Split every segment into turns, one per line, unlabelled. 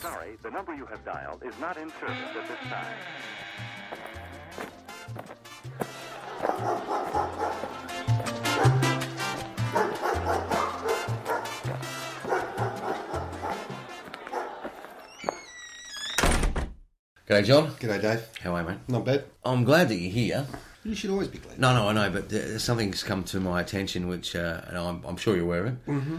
sorry, the number you have dialed is not in service at this time.
G'day, John.
G'day, Dave.
How are you, mate?
Not bad.
I'm glad that you're here.
You should always be glad.
No, no, I know, but uh, something's come to my attention, which uh, and I'm, I'm sure you're aware of. Mm-hmm.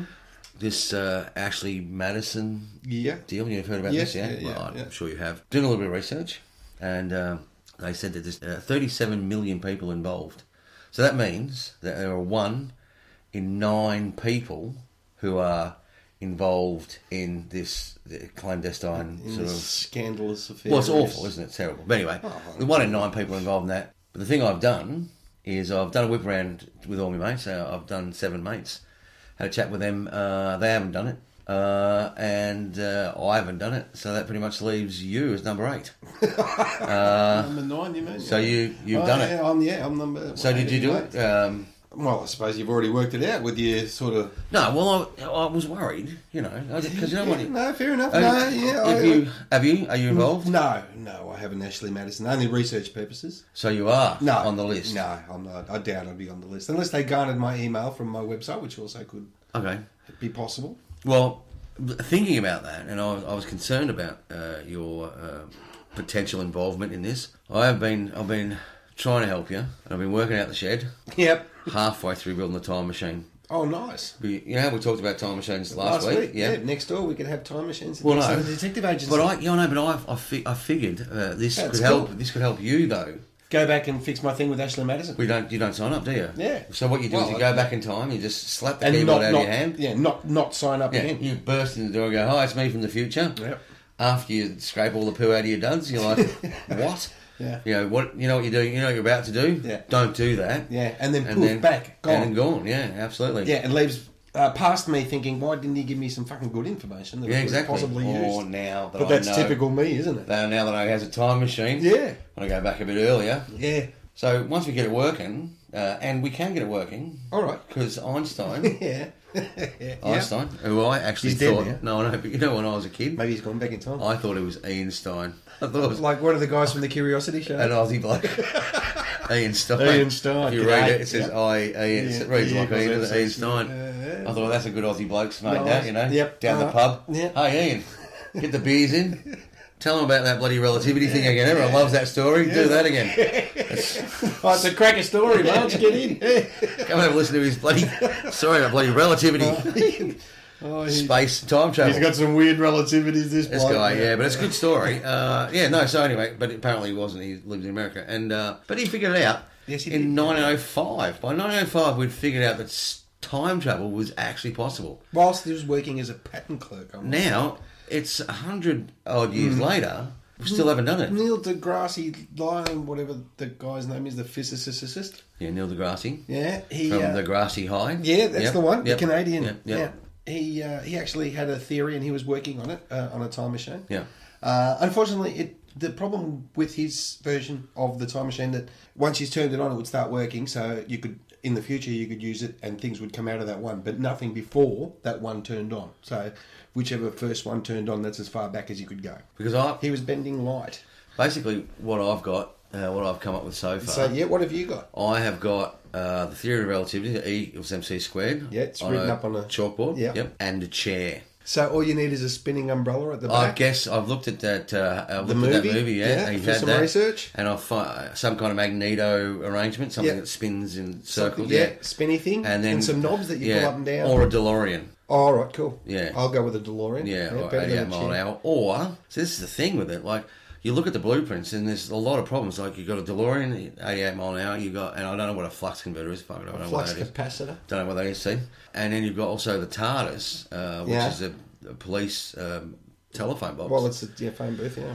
This uh, Ashley Madison
Yeah.
deal, you've heard about
Yes,
this, yeah?
yeah, yeah,
well, I'm
yeah.
sure you have. Doing a little bit of research, and uh, they said that there's uh, 37 million people involved. So that means that there are one in nine people who are involved in this uh, clandestine
In
sort
this
of
scandalous affair.
Well, it's awful, isn't it? It's terrible. But anyway,
Oh,
the one in nine people involved in that. But the thing I've done is I've done a whip round with all my mates. So I've done seven mates, had a chat with them. Uh, they haven't done it, uh, and uh, I haven't done it. So that pretty much leaves you as number eight.
number nine, you mean?
So you you've
Oh,
done
yeah,
it.
I'm, yeah, I'm number.
So did you do
eight.
it? Um,
Well, I suppose you've already worked it out with your sort of.
no. Well, I, I was worried. You know, because you don't want
Yeah,
to.
no, fair enough.
Uh,
no, yeah. I-
have you have you are you involved?
No, no, I haven't Ashley Madison. Only research purposes.
So you are
No,
on the list.
No, I'm not. I doubt I'd be on the list unless they garnered my email from my website, which also could
Okay.
be possible.
Well, thinking about that, and I was, I was concerned about uh, your uh, potential involvement in this. I have been, I've been trying to help you, and I've been working out the shed.
Yep.
Halfway through building the time machine,
Oh, nice.
we, you know how we talked about time machines last,
yeah. Next door, we could have time machines.
Well,
next
no.
door, the detective agency.
But I, yeah, I know, but I, I, fi- I figured uh, this
That's
could help.
cool.
This could help you though.
go back and fix my thing with Ashley Madison.
We don't, you don't sign up, do you?
Yeah.
So what you do is
Well,
you go back in time, you just slap the
and
keyboard
not,
out
not
of your hand.
yeah, not not sign up
Yeah,
again.
you burst in the door and go, "Hi, it's me from the future."
Yep.
After you scrape all the poo out of your duds, you're like, "What?"
Yeah.
You know what? You know what you're doing. You know what you're about to do.
Yeah.
Don't do that.
Yeah, and then poof, back, gone.
And then gone. Yeah, absolutely.
Yeah, and leaves uh, past me thinking, why didn't he give me some fucking good information that
Yeah,
I could
exactly.
possibly
or
use?
now that
But that's
I know,
typical me, isn't it?
that- Now that I has a time machine.
Yeah.
I go back a bit earlier.
Yeah.
So once we get it working, uh, and we can get it working.
All right.
Because Einstein,
Yeah. yeah.
Einstein, who I actually
He's dead
thought,
now.
no, I know, but you know, when I was a kid,
Maybe he's gone back in time.
I thought it was Einstein. I thought it was
like one of the guys from the Curiosity Show.
an Aussie bloke. Ian Stein.
Ian Stein,
If you
g'day.
read it, it says
Yep.
I. Ian,
Yeah,
It reads
yeah,
like
because
Ian,
that's
Ian
it.
Stein.
Yeah, yeah.
I thought well, that's a good Aussie bloke's mate.
Nice.
That you know,
Yep.
down the
Uh-huh.
pub.
Yeah.
Hey Ian, get the beers in. Tell them about that bloody relativity thing again. Everyone loves that story. Do that again.
oh, it's a cracker story, Marge. Get in.
Come and have a listen to his bloody sorry about bloody relativity,
oh, he's,
space, time travel.
he's got some weird relativities. This,
This
bloke.
guy, yeah, but it's a good story. Uh, yeah, no, so anyway, but apparently he wasn't. He lived in America, and uh, but he figured it out
Yes, he
in
did.
1905. By 1905, we'd figured out that s- time travel was actually possible.
Whilst he was working as a patent clerk, I'm
Now it's a hundred odd years
Mm.
later, we still haven't done it.
Neil deGrasse Lyon, whatever the guy's name is, the physicist.
Yeah, Neil deGrasse
Yeah, he.
from
uh,
the Degrassi High.
yeah, that's
Yep,
the one.
yep,
The Canadian.
yep, yep.
Yeah, he uh, he actually had a theory, and he was working on it uh, on a time machine.
Yeah.
Uh, unfortunately, it the problem with his version of the time machine that once he's turned it on, it would start working. So you could in the future you could use it, and things would come out of that one, but nothing before that one turned on. So whichever first one turned on, that's as far back as you could go.
Because I
He was bending light.
basically what I've got, uh, what I've come up with so far.
So yeah, what have you got?
I have got uh, the theory of relativity, the E equals MC squared.
Yeah, it's written
a
up on a-
chalkboard.
Yep.
Yep, and a chair.
So all you need is a spinning umbrella at the
I
back.
guess I've looked at that. Uh, I've
The
looked at that
movie?
movie. Yeah,
Yeah,
you've
for
had
some
that.
research?
and I find some kind of magneto arrangement, something
Yeah.
that spins in
Something-
circles.
yeah,
yeah.
spinny thing,
and then
some knobs that you
yeah,
pull up and down.
or a DeLorean.
oh, all right, cool.
Yeah.
I'll go with a DeLorean.
Yeah, or
better
88
than a
mile
chair.
an hour. Or, so this is the thing with it. Like, you look at the blueprints and there's a lot of problems. Like, you've got a DeLorean, 88 mile an hour, you got, and I don't know what a flux converter is. Fuck, I don't know
Flux
what that is.
capacitor.
Don't know what that is, see? And then you've got also the TARDIS, uh, which
Yeah.
is a, a police um, telephone box.
Well, it's a yeah, phone booth. Yeah.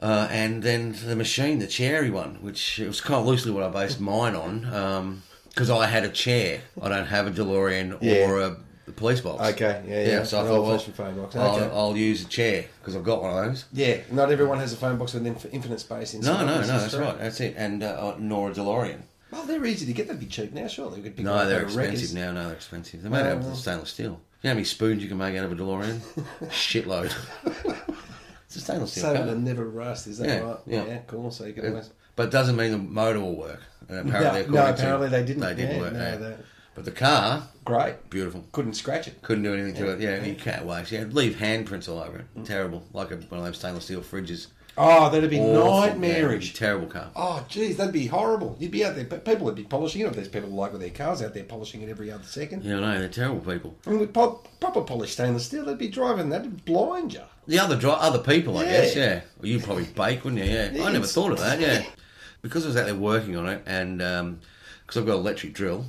Uh, and then the machine, the chairy one, which it was kind of loosely what I based mine on, because I had a chair. I don't have a DeLorean
Yeah.
or a, police box.
Okay, yeah, yeah.
So I
An
thought, well,
old-fashioned phone box. Okay.
I'll, I'll use a chair because I've got one of those.
Yeah. Not everyone has a phone box with inf- infinite space inside.
No, no, no,
This is
that's
true.
right. That's it. And uh, nor a DeLorean.
Well, they're easy to get. They'd be cheap now, surely. We could pick one
No,
up
they're
at a Wreckers.
expensive now. No, they're expensive. They're made
Oh,
out of
well.
stainless steel. You know how many spoons you can make out of a DeLorean? Shitload. It's a stainless steel
So
car.
it'll never rust, is that
Yeah,
right?
yeah.
cool. So you can
It-
always.
but it doesn't mean the motor will work. And apparently,
no,
according to-
apparently they didn't.
They didn't
Yeah,
work.
no,
yeah.
they-
But the car,
Great.
beautiful.
Couldn't scratch it.
Couldn't do anything to it. Yeah, you can't waste. Yeah, leave handprints all over it.
Mm.
Terrible, like a, one of those stainless steel fridges.
Oh, that'd be
Awful, yeah,
nightmarish.
terrible car.
Oh, geez, that'd be horrible. You'd be out there, but people would be polishing it. There's people like with their cars out there polishing it every other second.
Yeah, I know they're terrible people.
And with pop, proper polished stainless steel, they'd be driving that, would blind you.
The other dri- other people, I
Yeah.
guess, yeah. Well, you'd probably bake, wouldn't you? Yeah. I never
Yes.
thought of that, yeah. Because I was out there working on it, and because I've got an electric drill,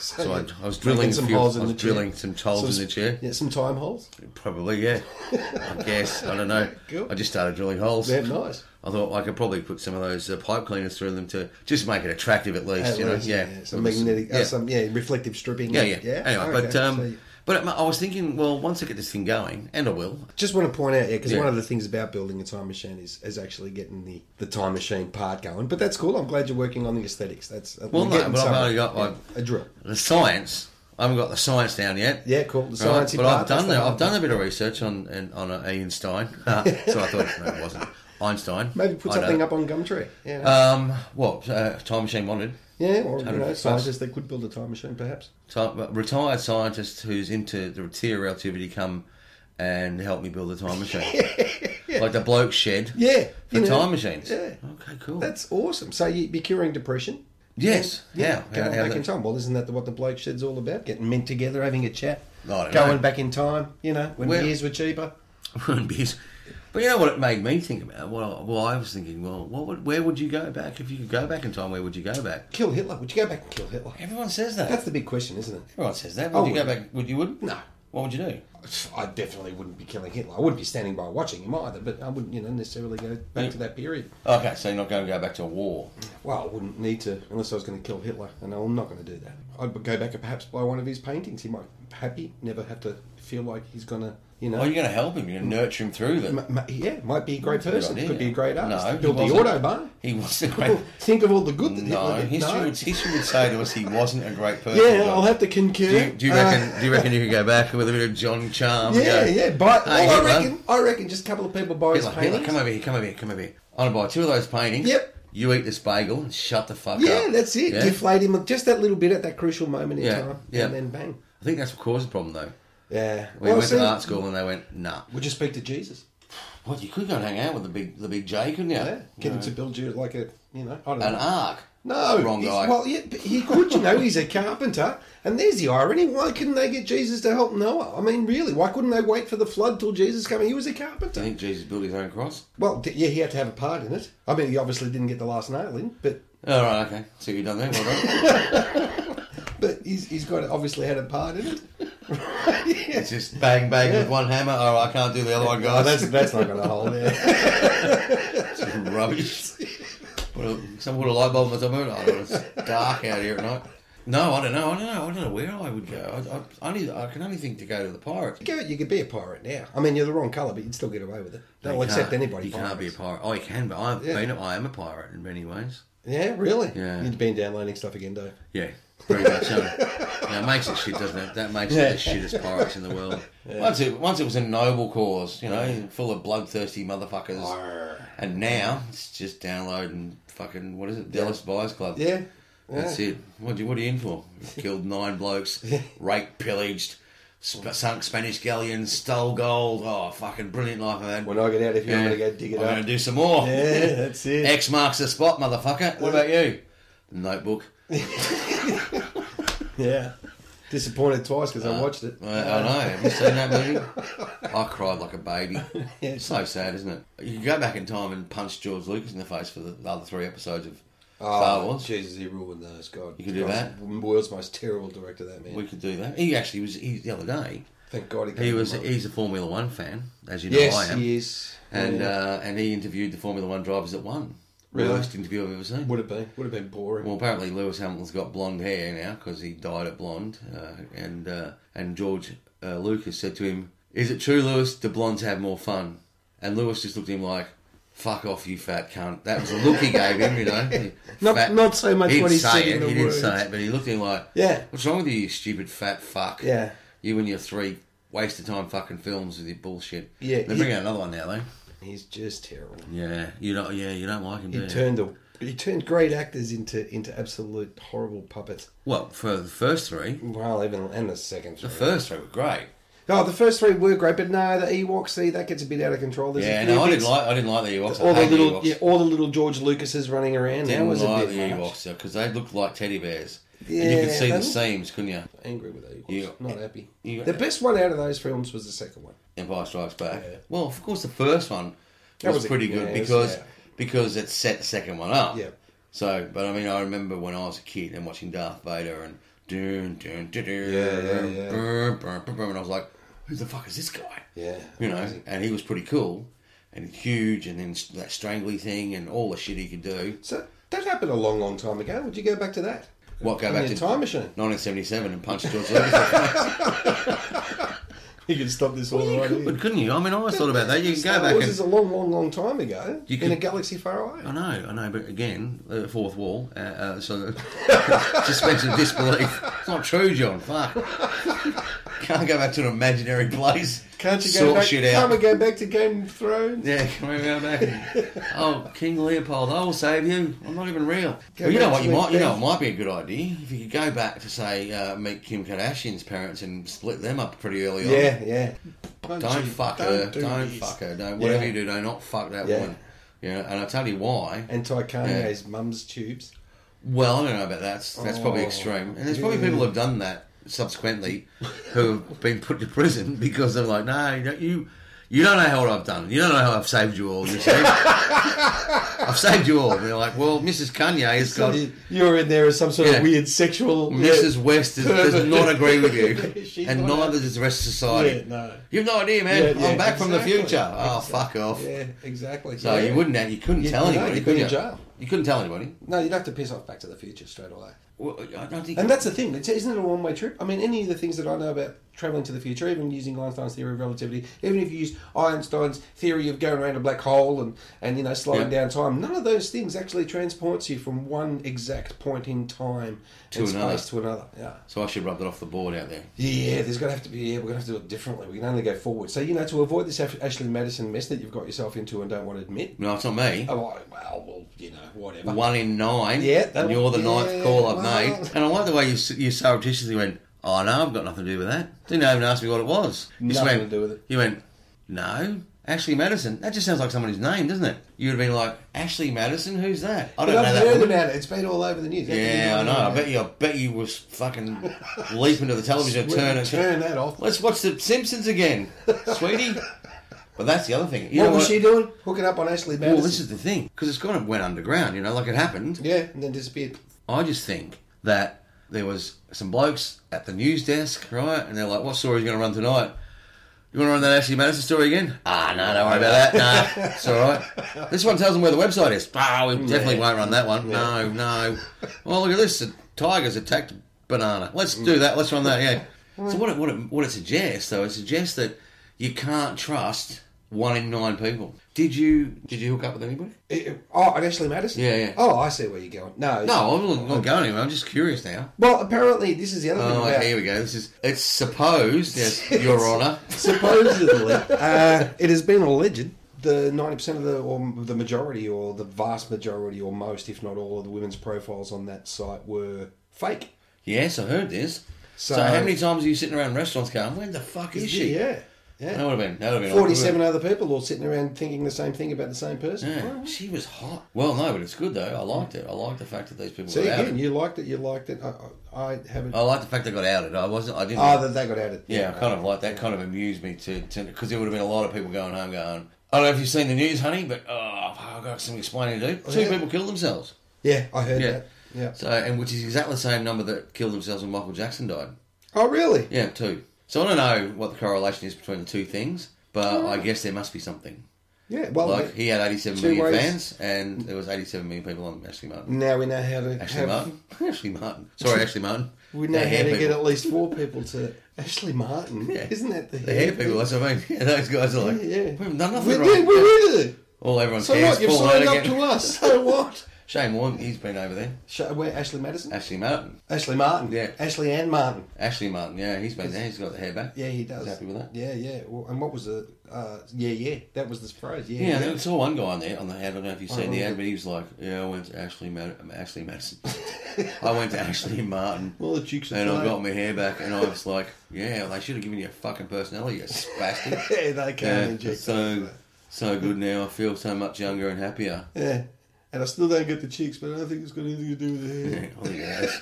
so I, I was drilling
Making some
a few,
holes in
I was
the chair.
drilling some holes in the chair.
Yeah, some time holes.
Probably, yeah. I guess I don't know.
Cool.
I just started drilling holes.
They're nice.
I thought I could probably put some of those uh, pipe cleaners through them to just make it attractive at least, you know. yeah,
Some
With the-
magnetic,
Yeah.
Uh, some yeah, reflective stripping.
yeah, yeah, Anyway, but
okay,
um,
so you-
but I was thinking, well, once I get this thing going, and I will,
just want to point out, yeah, because
Yeah.
one of the things about building a time machine is, is actually getting the, the time machine part going. But that's cool. I'm glad you're working on the aesthetics. That's
Well, no, but I've only got,
yeah,
like-
a drill.
the science. I haven't got the science down yet.
Yeah, cool. The
Right,
sciencey
but
part,
I've
that's
done
the
that.
hard
I've done a bit of research on and- on uh, Ian Stein. Uh, so I thought no, it wasn't Einstein.
Maybe put
I know.
something up on Gumtree. Yeah,
Um, what uh, time machine wanted?
yeah, or you
hundred
know,
plus.
scientists that could build a time machine, perhaps.
Time, uh, retired scientist who's into the theory of relativity come and help me build a time machine, like the bloke shed.
Yeah,
for
you know,
time machines.
yeah.
Okay, cool.
That's awesome. So you'd be curing depression.
yes.
Yeah,
How? How-
going
how
back
the-
in time. Well, isn't that the- what the bloke shed's all about? Getting men together, having a chat,
I don't
going
know.
back in time. You know, when
Well-
beers were cheaper.
Wouldn't be as- But you know what it made me think about? Well, well, I was thinking, well, what would, where would you go back if you could go back in time? Where would you go back?
Kill Hitler. Would you go back and kill Hitler?
Everyone says that.
That's the big question, isn't it?
Everyone says that.
I
Would you go
wouldn't.
back? Would you? Would
No.
What would you do?
I definitely wouldn't be killing Hitler. I wouldn't be standing by watching him either, but I wouldn't, you know, necessarily go back to that period.
Okay, so you're not going to go back to a war.
Well, I wouldn't need to unless I was going to kill Hitler, and I'm not going to do that. I'd go back and perhaps buy one of his paintings. He might be happy, never have to feel like he's going to, you know.
Well, you're going to help him. You're going to nurture him through that.
m- m- yeah, might be a great
Good
person.
idea.
Could be a great artist.
No, he
Build the
wasn't.
Autobahn.
He wasn't a great.
Think of all the good that
No,
Hitler did.
history,
No.
Would, history would say to us he wasn't a great person.
Yeah,
John.
I'll have to
Do
concur.
you, do you
Uh,
reckon? do you reckon you could go back with a bit of John Charm? and
yeah,
go,
yeah, but
"Hey,
well, I
Hitler,
reckon, I reckon just a couple of people buy his
Hitler, Hitler,
paintings.
come over here, come over here, come over here. I want to buy two of those paintings.
Yep.
You eat this bagel and shut the fuck up.
Yeah, that's it.
Yeah?
Deflate him just that little bit at that crucial moment in
Yeah,
time,
yeah.
and then bang.
I think that's what caused the problem though.
Yeah.
We went to art school and they went, nah.
Would you speak to Jesus?
Well, you could go and hang out with the big, the big J, couldn't you?
Yeah. Get him to build you like a, you know, I don't
An
know.
arc.
no,
Wrong
he's-
guy.
Well, yeah, but he could. You know, he's a carpenter, and there's the irony. Why couldn't they get Jesus to help Noah? I mean, really, why couldn't they wait for the flood till Jesus came? He was a
I
carpenter.
think Jesus built his own cross.
Well, d- yeah, he had to have a part in it. I mean, he obviously didn't get the last nail in, but
All right, okay. See what you've done there. Well done.
but he's, he's got obviously had a part in it. Yeah.
it's just bang, bang with one hammer. Oh, I can't do the other one,
Oh,
guys.
that's that's not going to hold. Yeah.
rubbish. Put a- Some sort of light bulb on the top of it. Oh, it's dark out here at night. No, I don't know. I don't know. I don't know where I would go. I, I, only, I can only think to go to the pirates.
Go- You could be a pirate now. I mean, you're the wrong colour, but you'd still get away with it. They'll
You
accept
can't-
anybody.
You can't be a pirate.
pirates.
Oh, you can, but I've
Yeah.
been. I am a pirate in many ways.
Yeah, really?
Yeah.
You'd been downloading stuff again, though.
Yeah, pretty much. So. Now, it makes it shit, doesn't it? That makes it the shittest pirates in the world. Once it once it was a noble cause, you know, full of bloodthirsty motherfuckers. And now it's just downloading fucking what is it, Dallas Buyers Club?
Yeah.
That's it. What, do you, what are you in for? Killed nine blokes, raped, pillaged, sp- sunk Spanish galleons, stole gold. Oh, fucking brilliant life I've had.
When I get out of here, I'm
Yeah.
going to go dig it
I'm
up.
gonna do some more.
Yeah, that's it.
X marks the spot, motherfucker. What about you? Notebook.
Yeah. Disappointed twice because
Uh,
I watched it.
I, I know. Have you seen that movie? I cried like a baby. It's so sad, isn't it? You can go back in time and punch George Lucas in the face for the, the other three episodes of
Oh,
Star Wars.
Jesus, he ruined those. God,
You could do
Christ,
that?
World's most terrible director, that man.
We could do that. He actually was. He, the other day,
Thank God he.
he
came
was.
along.
He's a Formula One fan, as you know I
yes,
am.
he is.
And
yeah.
uh, and he interviewed the Formula One drivers at one.
Really?
Worst interview I've ever seen.
would have been would have been boring.
Well, apparently Lewis Hamilton's got blonde hair now because he dyed it blonde, uh, and uh, and George uh, Lucas said to him, "Is it true, Lewis? The blondes have more fun?" And Lewis just looked at him like, "Fuck off, you fat cunt." That was the look he gave him, you know.
Not- not so much
didn't
what he
say
said
It,
in the
he
words.
didn't say it, but he looked at him like,
Yeah.
what's wrong with you, you stupid fat fuck?
Yeah.
you and your three waste of time fucking films with your bullshit."
Yeah,
they're
he-
bringing out another one now though.
He's just terrible.
Yeah, you don't. Yeah, you don't like him. Do
He
you?
turned the he turned great actors into into absolute horrible puppets.
well, for the first three,
Well, even and the second three.
the first three were great.
oh, the first three were great, but no, the Ewoks, see, that gets a bit out of control. There's a
Yeah,
few
no, I
bits-
didn't like. I didn't like the Ewoks.
all
I
the
hate the
little
Ewoks.
yeah, all the little George Lucases running around. That
Didn't
was a
like
bit
the
much.
Ewoks because they looked like teddy bears.
Yeah,
and you could see
they
the
look-
seams, couldn't you?
Angry with the Ewoks,
You-
not happy.
you-
the best one out of those films was the second one.
Empire Strikes Back.
Yeah.
Well, of course, the first one
That
was,
was a-
pretty
yeah,
good
it was-
because
yeah.
because it set the second one up.
Yeah.
So, but I mean, I remember when I was a kid and watching Darth Vader and dun dun dun dun,
Yeah, yeah, yeah.
brr, brr, brr, brr, and I was like, who the fuck is this guy?
Yeah,
you know,
amazing.
and he was pretty cool and huge, and then that strangly thing and all the shit he could do.
So that happened a long, long time ago. Would you go back to that?
What go
In
back
your
to
time machine.
1977 and punch George Lucas?
You could stop this all
Well, you
right
could,
here.
couldn't you? I mean, I always thought about that. You can
Star
go back
Wars
and
is a long, long, long time ago
You
in
could- Uh,
a galaxy far away.
I know, I know, but again, uh, fourth wall, uh, uh, so suspension of disbelief. It's not true, John. Fuck. Can't go back to an imaginary place.
Can't you go
sort
back?
shit
Can't
out?
we go back to Game of Thrones?
yeah, can we go back? and- oh, King Leopold, I will save you. I'm not even real.
Go
Well, you know
back
what?
to
You
it,
might, you know,
Dave.
it might be a good idea if you could go back to say uh, meet Kim Kardashian's parents and split them up pretty early on.
Yeah, yeah.
Don't fuck her.
do
Don't
this.
fuck her. Don't whatever
Yeah.
you do. Don't not fuck that
Yeah.
woman. You know, and I'll tell you why.
And Taikanye's mum's tubes.
Well, I don't know about that. That's, that's probably
Oh,
extreme. And there's probably
yeah.
people who've done that subsequently who have been put to prison because they're like, no, you don't- you, you don't know what I've done. You don't know how I've saved you all. You see? I've saved you all. And they're like, well, Mrs. Kanye has got.
You- You're in there as some sort
Yeah.
of weird sexual.
Mrs. West is, does not agree with you,
She's
and
not-
neither does the rest of society.
Yeah, no.
You've no idea, man.
Yeah, yeah,
I'm back from the
exactly.
future. Oh,
Exactly.
fuck off.
Yeah, exactly.
So
Yeah.
you wouldn't, have- you couldn't
You-
tell
no,
anybody.
you'd be
could
in
you?
jail.
You couldn't tell anybody.
No, you'd have to piss off Back to the Future straight away.
Well, I don't think.
And that's the thing. It's, isn't it a one-way trip? I mean, any of the things that I know about traveling to the future, even using Einstein's theory of relativity, even if you use Einstein's theory of going around a black hole and and you know slowing
Yeah.
down time, none of those things actually transports you from one exact point in time
To
and
another.
space to another. Yeah.
so I should rub that off the board out there.
Yeah, there's going to have to be. Yeah, we're going to have to do it differently. We can only go forward. So you know, to avoid this Ash- Ashley Madison mess that you've got yourself into and don't want to admit.
No, it's not me.
Oh, well, well, well, you know, whatever.
One in nine.
Yeah, that
and you're the
one-
ninth
yeah,
call I've
wow.
made. And I like the way you s- you surreptitiously went. Oh no, I've got nothing to do with that. Didn't even ask me what it was. You just
Nothing
went-
to do with it.
You went. No, Ashley Madison. That just sounds like someone's name, doesn't it? You would have been like Ashley Madison. Who's that? I
But
don't know
I've
that.
heard
woman.
about it. It's been all over the news.
Yeah, I know. I bet you. I bet you was fucking leaping to the television. Turn
Turn,
it.
turn that off.
Let's watch the Simpsons again, sweetie. But that's the other thing. You
what
know
was she doing? Hooking up on Ashley Madison.
Well, this is the thing because it's kind of went underground. You know, like it happened.
yeah, and then disappeared.
I just think that there was some blokes at the news desk, right? And they're like, "What story are you going to run tonight? You want to run that Ashley Madison story again? Ah, no, don't worry about that. Nah, it's all right. This one tells them where the website is. Ah, we definitely
Yeah.
won't run that one. No, no. Well, look at this. The tigers attacked banana. Let's do that. Let's run that. Yeah. So what it, what it, what it suggests though, it suggests that you can't trust one in nine people. Did you did you hook up with anybody?
It- it- oh, and Ashley Madison.
Yeah, yeah.
Oh, I see where you're going. No,
No, I'm not going anywhere. I'm just curious now.
Well, apparently this is the other
Oh,
thing about
here we go. This is it's supposed, yes, Your Honour.
supposedly uh, it has been alleged the 90% of the or the majority or the vast majority or most if not all of the women's profiles on that site were fake
Yes, I heard this. So,
So-
how many times are you sitting around restaurants going, "Where the fuck is she?" Oh,
yeah
that
yeah
would have been. That would have been
47 other people all sitting around thinking the same thing about the same person
Yeah,
Well,
she was hot. Well, no, but it's good though. I liked it. I liked the fact that these people
see
got
again
outed.
you liked it you liked it I, I, I haven't
I liked the fact they got outed. I wasn't. I didn't.
oh that they got added
Oh. yeah, I kind of like that. Kind of amused me to because there would have been a lot of people going home going. I don't know if you've seen the news, honey, but oh, I've got some explaining to do. Two
Yeah.
people killed themselves.
yeah I heard
Yeah.
that yeah
So, and which is exactly the same number that killed themselves when Michael Jackson died.
oh really
Yeah, two. So I don't know what the correlation is between the two things, but I guess there must be something.
yeah well
Like he had 87
Mm. Oh, Two
million
ways.
fans, and there was 87 million people on Ashley Martin.
now we know how to
Ashley
Mm. have-
Martin, Ashley Martin. Sorry, Ashley Martin.
We know
The
how
hair
to get
people.
at least four people to Ashley Martin.
Yeah.
Isn't that the,
The hair people. That's what I mean. Yeah, those guys are like,
Yeah, yeah.
we've done nothing
We
wrong.
did, we did it.
All everyone's
So
hair's
what? You've
falling out
signed up
again.
to us. So what?
Shane Warne, he's been over there.
Sh- where Ashley Madison?
Ashley Martin.
Ashley Martin.
Yeah.
Ashley and Martin.
Ashley Martin, yeah, he's been there. He's got the hair back.
Yeah, he does.
He's happy with that.
Yeah, yeah. Well, and what was the? Uh, yeah, yeah. That was the phrase. Yeah,
Yeah,
yeah.
I saw one guy on there on the ad. I don't know if you've seen the
remember.
ad, but he was like, "Yeah, I went to Ashley, Mad- um, Ashley Madison. I went to Ashley Martin,
Well, the Dukes of
and I
Clyde.
got my hair back." And I was like, "Yeah, they should have given you a fucking personality, you spastic."
Yeah, they can
Yeah,
inject.
so so good now. I feel so much younger and happier.
Yeah. And I still don't get the cheeks, but I don't think it's got anything to do with the hair.
Yeah, I think that's,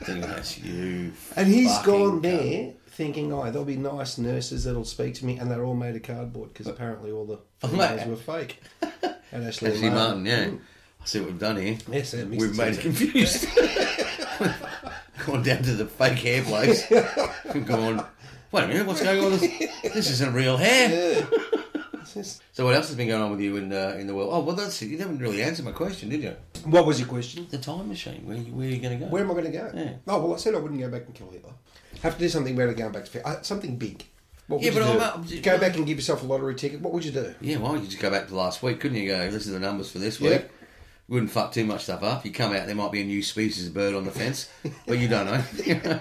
I think that's you.
And he's
fucking
gone
cunt.
there thinking, oh, there'll be nice nurses that'll speak to me, and they're all made of cardboard because apparently all the females were fake. And Ashley,
Ashley Martin,
Martin,
yeah. I see what we've done here.
Yes, it mixed
we've made it
itself up.
confused. gone down to the fake hair place. and gone. Wait a minute, what's going on? This, this isn't real hair.
It's just-
So what else has been going on with you in uh, in the world? Oh well, that's it. you haven't really answered my question, did you?
What was your question?
The time machine. Where you- where are you going to go?
Where am I going to go?
Yeah.
Oh well, I said I wouldn't go back and kill Hitler. Have to do something better than going back to Fi- uh, something big. What would
Yeah,
you
but
do?
I'm up-
go back and give yourself a lottery ticket. What would you do?
Yeah, well, you just go back to last week, couldn't you? Go, this is the numbers for this week.
Yeah.
Wouldn't fuck too much stuff up. You come out, there might be a new species of bird on the fence, but you don't know. you know?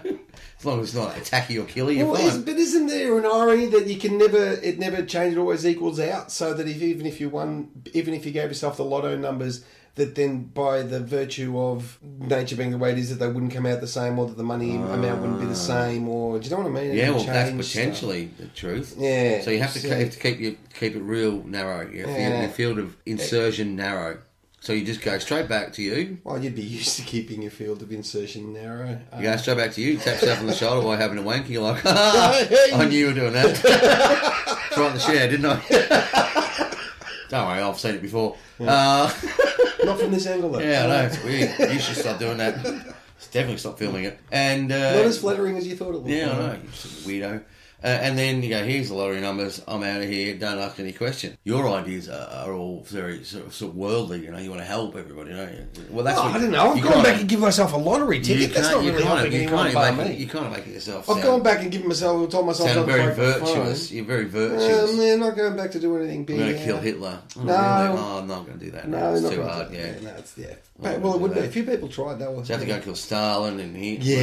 as long as it's not attacky or killer, you're
Well, is,
fine.
but isn't there an irony that you can never it never change? It always equals out. So that if even if you won, even if you gave yourself the lotto numbers, that then by the virtue of nature being the way it is, that they wouldn't come out the same, or that the money amount wouldn't be the same, or do you know what I mean?
Ah. Yeah,
You
well, that's
change
potentially the truth.
Yeah,
So you have to,
so-
keep- have to keep your keep it real narrow. Your, field-
Yeah.
your field of insertion narrow. So you just go straight back to you.
stuff. Well, you'd be used to keeping your field of insertion narrow. Uh,
You go straight back to you. Tap yourself on the shoulder while having a wank. You're like, I knew you were doing that. right in the chair, didn't I? don't worry, I've seen it before. Uh,
Not from this angle, though.
Yeah, I know, it's weird. You should stop doing that. Definitely stop filming it. And uh,
Not as flattering as you thought it would.
yeah, I know, you sort of weirdo. Uh, and then you go, here's the lottery numbers. I'm out of here. Don't ask any question. Your ideas are, are all very sort of, sort of worldly. You know, you want to help everybody, don't you? Well, that's
Oh,
what
I don't know. I've
you
gone
can't-
back and give myself a lottery
You
ticket. That's
can't-
not
you
really
can't-
helping
you
anyone
can't
by
make it- You
me.
can't make it yourself.
I've
sound-
gone back and given myself, told myself,
Sound
not to
very
break the phone.
virtuous. You're very virtuous.
Um, yeah, not going back to do anything big.
I'm going to
yeah.
kill Hitler. Oh,
No.
really? Oh, I'm not going to do that.
No,
it's
not
too
gonna
hard.
do
Yeah.
that. No, it's, yeah.
Not
But- well, it
gonna
would
do
be.
that.
If few people tried that. Was,
So you have to go and kill Stalin and Hitler.
Yeah,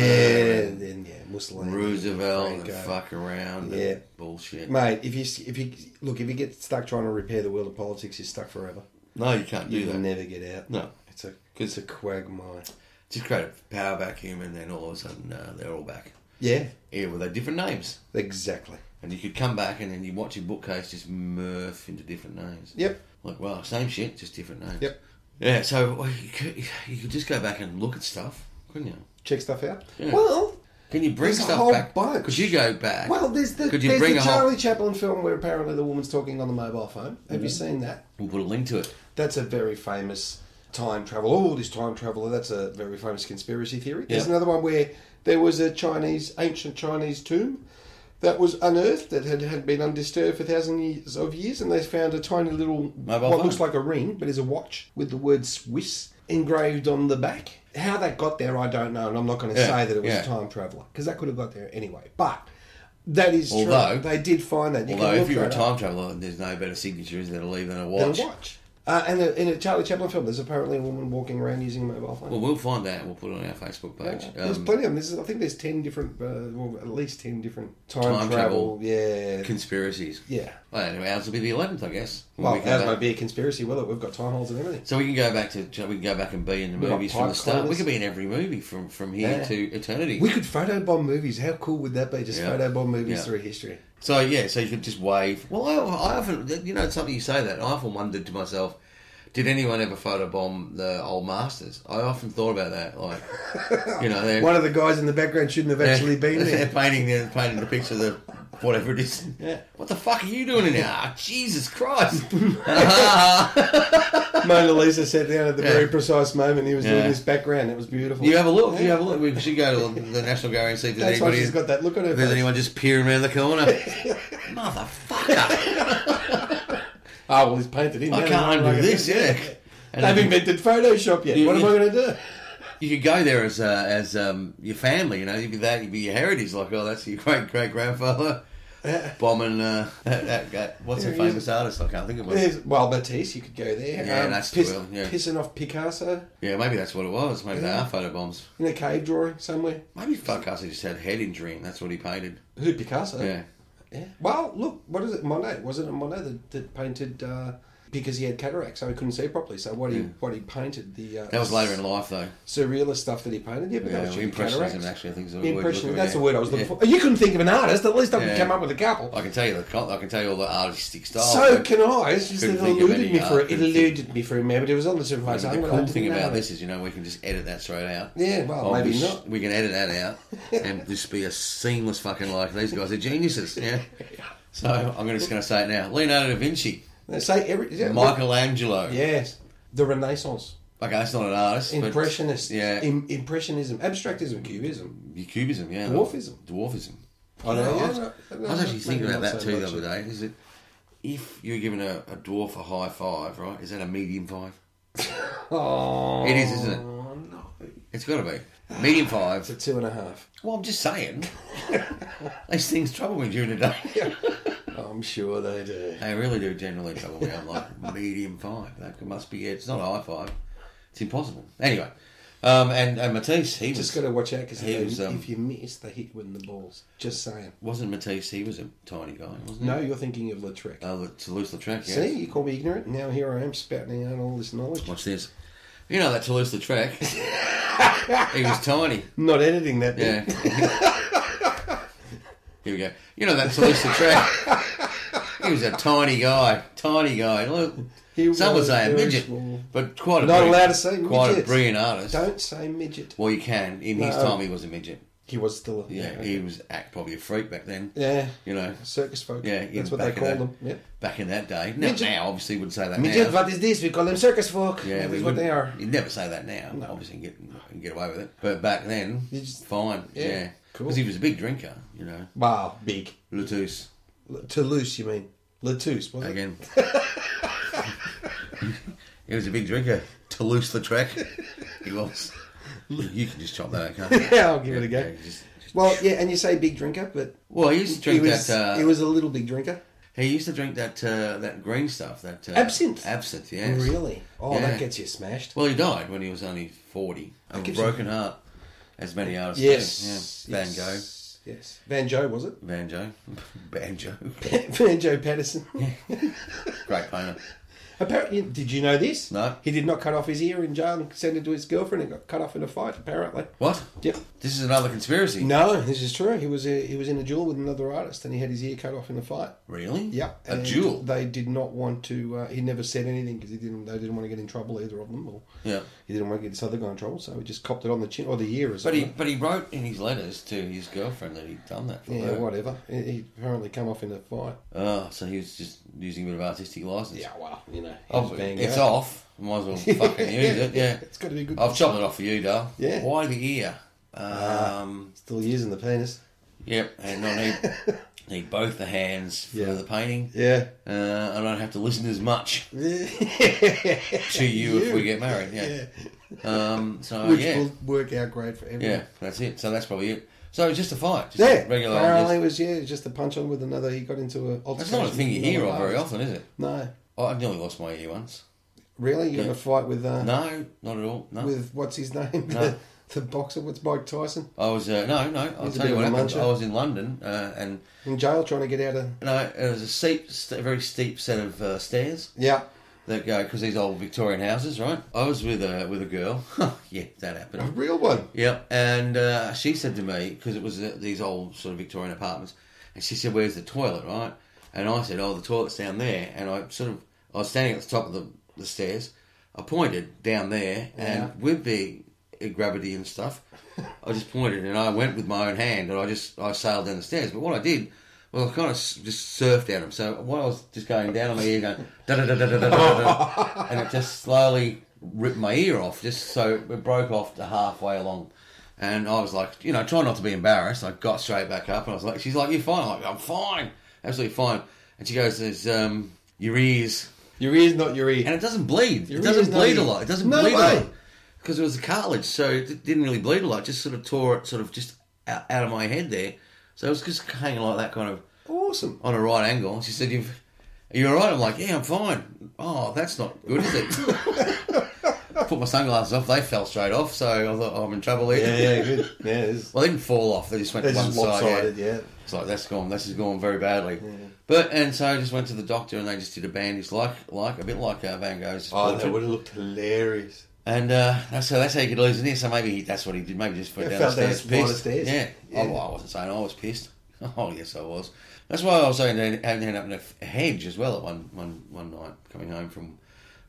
and
then yeah, Mussolini,
Roosevelt and
Franco.
fuck around
Yeah.
and bullshit.
Mate, if you if you look, if you get stuck trying to repair the wheel of politics, you're stuck forever.
No, you can't do
You'll
that.
never get out.
No.
it's a it's a quagmire.
Just create a power vacuum and then all of a sudden uh, they're all back.
Yeah,
Yeah, well, they're different names.
exactly.
And you could come back and then you watch your bookcase just morph into different names.
Yep.
Like, well, same shit, just different names.
Yep.
Yeah, so well, you could, you could just go back and look at stuff, couldn't you?
Check stuff out.
Yeah.
Well,
Can you bring
There's a
stuff
whole
back?
bunch.
Could you go back?
well, there's the
Could you
there's
bring
the
a whole-
Charlie Chaplin film where apparently the woman's talking on the mobile phone. Have you
Mm-hmm.
seen that?
We'll put a link to it.
That's a very famous time travel. Oh, this time traveler. That's a very famous conspiracy theory. There's
Yeah.
another one where there was a Chinese, ancient Chinese tomb that was unearthed that had, had been undisturbed for thousands of years, and they found a tiny little
Mobile
what
phone.
looks like a ring, but is a watch with the word Swiss engraved on the back. How that got there, I don't know, and I'm not going to
Yeah,
say that it was
yeah.
a time traveler because that could have got there anyway. But that is
Although-
true. They did find that. You
Although, if
look
you're a
that up
time traveller, there's no better signature, is there, to leave than a
than a
watch.
watch. Uh, and a, in a Charlie Chaplin film, there's apparently a woman walking around using a mobile phone.
Well, we'll find that and we'll put it on our Facebook page.
there's
Um,
plenty of them. There's, I think there's ten different, uh, well, at least ten different time,
Time travel.
travel. Yeah,
conspiracies.
yeah.
Well, anyway, ours will be the 11th, I guess. when
Well,
we come
that
back.
might be a conspiracy. Well, we've got time holes and everything.
So we can go back to we can go back and be in the
We've got
movies from the
pipe
start. We
cleaners.
could be in every movie from from here
Yeah.
to eternity.
We could photobomb movies. How cool would that be? Just
Yeah.
photobomb movies
Yeah.
through history.
so yeah, so you could just wave. Well, I, I often you know it's something you say that I often wondered to myself. Did anyone ever photobomb the old masters? I often thought about that, like you know, they're,
One of the guys in the background shouldn't have
they're-
actually been
they're
there.
painting they're painting the picture of the whatever it is.
Yeah.
What the fuck are you doing in there? Ah, Jesus Christ!
Mona Lisa sat down at the
Yeah.
very precise moment he was
Yeah.
doing this background. It was beautiful.
You have a look. You have a look. We should go to the National Gallery and see if there's
That's why
anybody.
she's got that look on her
If there's
face.
anyone just peering around the corner, motherfucker!
Oh well, he's painted in.
I
now.
can't
Like
undo
a-
this. Yeah, and
They've
then
invented Photoshop yet.
You-
what am
you-
I going to do?
you could go there as uh, as um, your family. You know, you'd be that. You'd be your heritage. Like, oh, that's your great great grandfather. bombing uh, that, that, that- what's a
Yeah, he is.
famous artist? I can't think of one.
There's- well, Batiste, you could go there. Um,
Yeah, that's the world, yeah.
Pissing off Picasso
Yeah, maybe that's what it was. Maybe they are photobombs.
in a cave drawing somewhere.
Maybe fuck us. He just had head injury and that's what he painted.
Who Picasso?
Yeah.
Yeah. Well, look, what is it? Monet wasn't it Monet that, that painted uh, because he had cataracts, so he couldn't see properly. So what he what he painted the uh,
That was later in life, though.
surrealist stuff that he painted. Yeah, but
Yeah,
that
well,
was due to
impressionism,
cataracts.
actually, I think is the word you're
Impressionism.
looking
That's
at.
the word I was looking
Yeah.
for. You couldn't think of an artist. At least I
Yeah. Oh,
could come up with a couple.
I can tell you the con- I can tell you all the artistic style.
So
but
can I. It's just
couldn't
that it
think of
eluded
any
me for
art,
it. It
couldn't think-
eluded me for a minute, but it was on the tip of my tongue.
the
but I
cool
didn't
thing
know
about
it.
this is, you know, we can just edit that straight out.
Yeah, well,
Oh,
maybe
we sh-
not.
We can edit that out and just be a seamless fucking like these guys are geniuses. Yeah. So I'm gonna- just going to say it now: Leonardo da Vinci,
They say every yeah,
Michelangelo.
Yes, the Renaissance,
Okay, that's not an artist. but-
Impressionist,
yeah.
Im- Impressionism, Abstractism, Cubism.
Cubism. Yeah.
Dwarfism.
Dwarfism.
I know.
I
yeah,
was,
no, no,
I was actually
maybe
thinking about
not
that
so
too the
much.
other day. Is it if you're giving a, a dwarf a high five, right? Is that a medium five?
Oh,
It is, isn't it?
no,
It's got to be medium five.
it's a two and a half.
Well, I'm just saying. These things trouble me during the day.
I'm sure they do.
They really do generally trouble me. I'm like medium five. That must be. It's not a high five. It's impossible. Anyway, um, and, and Matisse, he
Just
was
got to watch out because
He was, um,
if you miss, they hit you in the balls. Just saying.
wasn't Matisse. He was a tiny guy, wasn't he?
No, you're thinking of Lautrec.
Oh, to lose the track. Yes.
See, you call me ignorant. Now here I am spouting out all this knowledge.
Watch this. You know that Toulouse Lautrec. he was tiny.
Not editing that. bit.
Yeah. Here we go. You know that Toulouse Lautrec. he was a tiny guy. Tiny guy. Look,
He
some would
was
say a
very
midget,
small.
but quite a
Not
brilliant-
allowed to say
quite
midgets.
a brilliant artist.
Don't say midget.
Well, you can. In his
No.
time, he was a midget.
He was still a
Yeah, he was act probably a freak back then.
yeah.
You know,
Circus folk.
Yeah, yeah,
that's what they
back in
called
the-
them. Yeah.
back in that day. Now,
Midget-
now obviously, would say that
Midget,
now.
what is this? We call them circus folk.
yeah,
that
we
is what
would-
they are.
You'd never say that now. Obviously, you can get you can get away with it. But back then,
You just-
fine.
yeah,
Yeah,
cool.
Because he was a big drinker. You know,
Wow, big.
Latus
L- Toulouse, you mean? Latouche, was it?
again. he was a big drinker. Toulouse Lautrec. He was. You can just chop that out, can't you?
Yeah, I'll give it a go.
Yeah, yeah, just- just-
Well, yeah, and you say big drinker, but
well, he used to drink
he was
that. Uh,
he was a little big drinker.
He used to drink that uh, that green stuff, that uh,
Absinthe.
Absinthe, yes.
Really? Oh, that
Yeah.
gets you smashed.
Well, he died when he was only forty of a
gives you-
broken heart, as many artists.
yes.
do. Yeah. Van Gogh,
yes, Yes. Van Joe was it?
banjo, banjo,
Van Joe Patterson.
great painter.
Apparently, did you know this?
No.
He did not cut off his ear in jail and sent it to his girlfriend and got cut off in a fight. Apparently.
What?
Yep.
This is another conspiracy.
No, this is true. He was a, he was in a duel with another artist, and he had his ear cut off in a fight.
Really?
Yep,
A
and
duel.
They did not want to. Uh, he never said anything because he didn't. They didn't want to get in trouble either of them, or
yeah.
he didn't want to get this other guy in trouble. So he just copped it on the chin or the ear as
But
well.
he but he wrote in his letters to his girlfriend that he'd done that for
yeah,
her.
whatever. He, he apparently come off in a fight.
Oh, so he was just using a bit of artistic license.
Yeah, well, you know, he was
Oh,
Van
it's
Gogh.
off. Might as well fucking use it. Yeah.
It's got to be good.
I've chopped it off for you, Dale.
Yeah. Ah.
Why the ear? Um,
Still using the penis.
Yep, and I need need both the hands for
Yeah.
the painting.
Yeah.
Uh, I don't have to listen as much to you, if we get married. Yeah. Um, so
Which
yeah,
will work out great for everyone.
yeah, that's it. So that's probably it. So it's just a fight, just
Yeah,
a regular.
apparently
just-
it was yeah, just a punch on with another. He got into a.
that's not a thing you hear of very often, is it?
No,
Oh, I nearly lost my ear once.
really, you're in a fight with uh,
No, not at all. No,
with what's his name, the,
No.
the boxer. What's Mike Tyson
I was uh, no, no. I'll
He's a
tell you
bit
what
of a
happened.
muncher.
I was in London, uh, and
in jail trying to get out of?
no, it was a steep, st- very steep set of uh, stairs.
Yeah,
that go because these old Victorian houses, right? I was with a with a girl. yeah, that
a
happened.
real one.
Yep, and uh, she said to me because it was uh, these old sort of Victorian apartments, and she said, "Where's the toilet?" Right, and I said, "Oh, the toilet's down there." And I sort of I was standing at the top of the, the stairs. I pointed down there,
Yeah.
and with the gravity and stuff, I just pointed, and I went with my own hand, and I just I sailed down the stairs. But what I did. Well, I kind of s- just surfed at him. So while I was just going down on my ear, going da da da da da da da, da, and it just slowly ripped my ear off, just so it broke off to halfway along. And I was like, you know, trying not to be embarrassed. I got straight back up, and I was like, she's like, you're fine. I'm like, I'm fine, absolutely fine. And she goes, there's um, your ears,
Your ear's not your
and
ear.
it doesn't bleed.
Your
it
ear's
doesn't
not
bleed
ear.
a lot. It doesn't
No
bleed
way.
a lot because it was the cartilage, so it d- didn't really bleed a lot. It just sort of tore it, sort of just out, out of my head there. So it was just hanging like that, kind of
awesome.
on a right angle. She said, "You've, are you all right?" I'm like, "Yeah, I'm fine." Oh, that's not good, is it? Put my sunglasses off. They fell straight off, so I thought oh, I'm in trouble here.
Yeah, yeah, good. Yeah, it's,
Well, they didn't fall off. They just went
they
to one
just
side.
lopsided.
yeah.
Yeah.
It's like that's gone. This is gone very badly. But and so I just went to the doctor, and they just did a bandage, like like a bit like uh, Van Gogh's.
Oh, that
portrait.
would have looked hilarious.
And uh, that's how that's how you could lose an ear. So maybe he, that's what he did. Maybe just fell
Yeah,
down,
fell
the stairs,
down the flight of
pissed.
stairs.
Yeah.
Yeah.
Oh, well, I wasn't saying I was pissed. Oh, yes, I was. That's why I was saying I ended up in a f- hedge as well at one, one, one night coming home from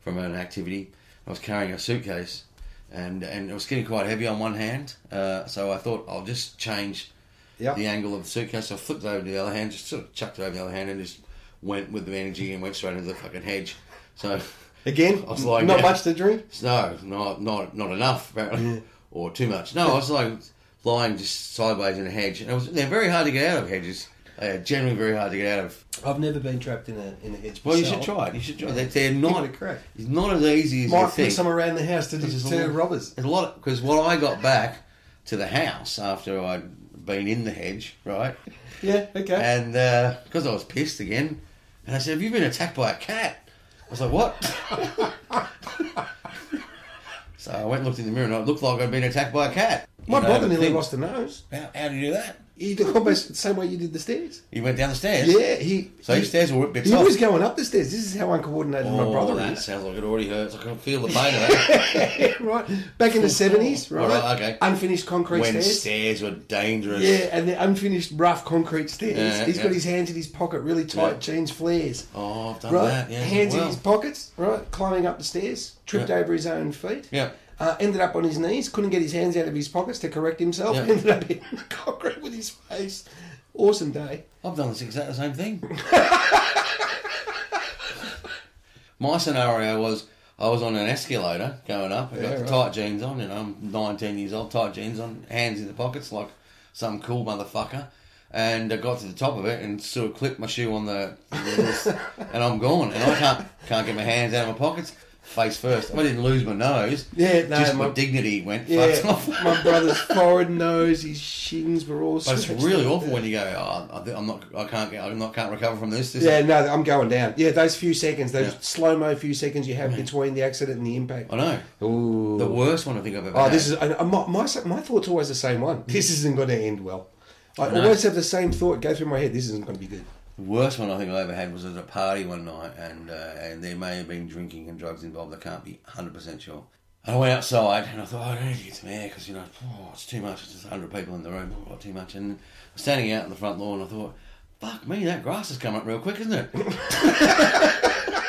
from an activity. I was carrying a suitcase, and and it was getting quite heavy on one hand. Uh, so I thought I'll just change
Yeah.
the angle of the suitcase. So I flipped it over to the other hand, just sort of chucked it over the other hand, and just went with the energy and went straight into the fucking hedge. So
Again,
I was like,
not
yeah.
much to drink.
No, not not not enough apparently, or too much. No, I was like lying just sideways in a hedge, and it was, they're very hard to get out of hedges. They are generally very hard to get out of.
I've never been trapped in a in a hedge.
Well, you should
myself.
try it. You should try. it. They're, they're not
it a crack.
It's not as easy as you
Might put
think.
some around the house to
There's a
deter
lot-
robbers.
There's a lot because when I got back to the house after I'd been in the hedge, right,
Yeah. Okay.
and because I was pissed again, and I said, "Have you been attacked by a cat?" I was like, "What?" so I went and looked in the mirror, and it looked like I'd been attacked by a cat.
My
You know,
brother nearly
thing-
lost a nose.
How, how did you do that?
He did almost the same way you did the stairs.
He went down the stairs.
Yeah, he.
So
he,
his stairs were ripped bits
he
off.
was going up the stairs. This is how uncoordinated my
Oh,
brother
that
is.
sounds like it already hurts. I can feel the pain of that.
right, back in the seventies. Right,
Alright, okay.
Unfinished concrete
when
stairs.
stairs were dangerous.
Yeah, and the unfinished rough concrete stairs.
Yeah,
He's
yeah.
got his hands in his pocket, really tight
Yeah.
jeans flares.
Oh, I've done
right,
that. Yeah,
hands
well.
in his pockets. Right, climbing up the stairs, tripped
Yeah.
over his own feet.
Yeah.
Uh, ended up on his knees, couldn't get his hands out of his pockets to correct himself.
Yeah.
Ended up in the concrete with his face. Awesome day.
I've done this exact same thing. My scenario was I was on an escalator going up. I got
Yeah,
the
right.
tight jeans on, you know, I'm 19 years old, tight jeans on, hands in the pockets like some cool motherfucker. And I got to the top of it and sort of clipped my shoe on the, and I'm gone. And I can't can't get my hands out of my pockets, face first. I didn't lose my nose.
Yeah, no,
just my,
my-
dignity went
Yeah,
fucked off.
my brother's forehead, nose, his shins were all.
But it's
smashed.
really awful when you go, oh, I think I'm not, I can't get, I'm not, can't recover from this. this
Yeah, no, I'm going down. Yeah, those few seconds, those
Yeah.
slow mo few seconds you have between the accident and the impact.
I know.
Ooh.
The worst one I think I've ever
Oh,
had.
this is and, uh, my, my my thought's always the same one.
Mm.
This isn't going to end well. I
know.
always have the same thought go through my head. This isn't going to be good.
the worst one I think I ever had was at a party one night, and uh, and there may have been drinking and drugs involved. I can't be hundred percent sure. And I went outside, and I thought oh, I need to get some air because you know oh, it's too much. It's just hundred people in the room, oh, too much. And I was standing out on the front lawn, I thought, fuck me, that grass has come up real quick, isn't it?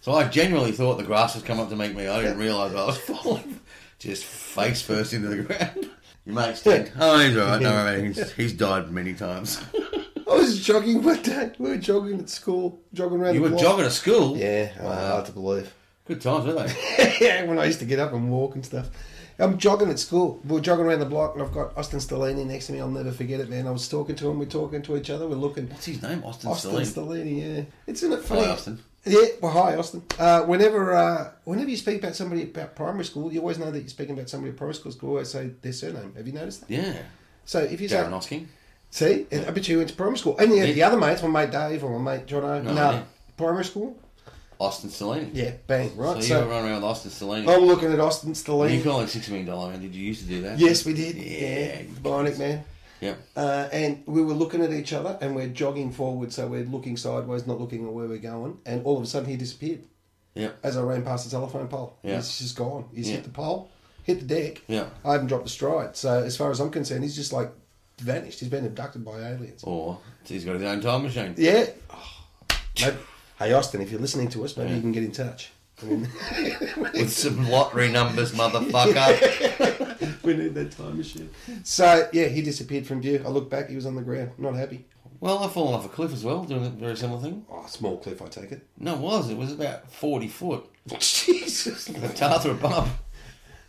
so I genuinely thought the grass had come up to meet me. I didn't realise I was falling, just face first into the ground. Your mate's dead. Oh, he's all right. No, I mean, he's, he's died many times.
I was jogging one day. We were jogging at school, jogging around
You
the
were
block.
jogging to school.
Yeah, oh, hard to believe.
Good times, weren't they?
yeah, when I used to get up and walk and stuff. I'm jogging at school. We're jogging around the block, and I've got Austin Stellini next to me. I'll never forget it, man. I was talking to him. We're talking to each other. We're looking.
What's his name? Austin,
Austin
Austin
Stellini, yeah. It's in it
Hi,
funny.
Austin.
Yeah, well, hi, Austin. Uh, whenever uh, whenever you speak about somebody about primary school, you always know that you're speaking about somebody at primary school 'cause you always say their surname. Have you noticed that?
Yeah.
So if you
Darren
say,
Osking.
see, and I bet you went to primary school. And yeah,
Yeah.
the other mates, my mate Dave or my mate John,
No,
no,
yeah.
primary school.
Austin Stellini.
Yeah, bang,
So
right?
you
So, Oh,
were running around with Austin Stellini.
I'm looking at Austin
you
Stellini.
call it six million dollar man. Did you used to do that?
Yes, we did.
Yeah.
Yeah, Bionic man.
Yep.
Uh, and we were looking at each other and we're jogging forward, so we're looking sideways, not looking at where we're going. And all of a sudden, he disappeared.
Yep.
as I ran past the telephone pole.
Yeah.
He's just gone. He's
Yeah.
hit the pole, hit the deck.
Yeah.
I haven't dropped a stride. So as far as I'm concerned, he's just like vanished. He's been abducted by aliens.
Or he's got his own time machine.
Yeah. Maybe- hey Austin, if you're listening to us, maybe you can get in touch. I mean,
With some lottery numbers, motherfucker.
we need that time machine. So yeah, he disappeared from view. I looked back, he was on the ground, not happy.
well, I've fallen off a cliff as well, doing a very similar thing.
Oh, small cliff, I take it.
No, it was. It was about 40 foot.
Jesus.
The Tarthra bump.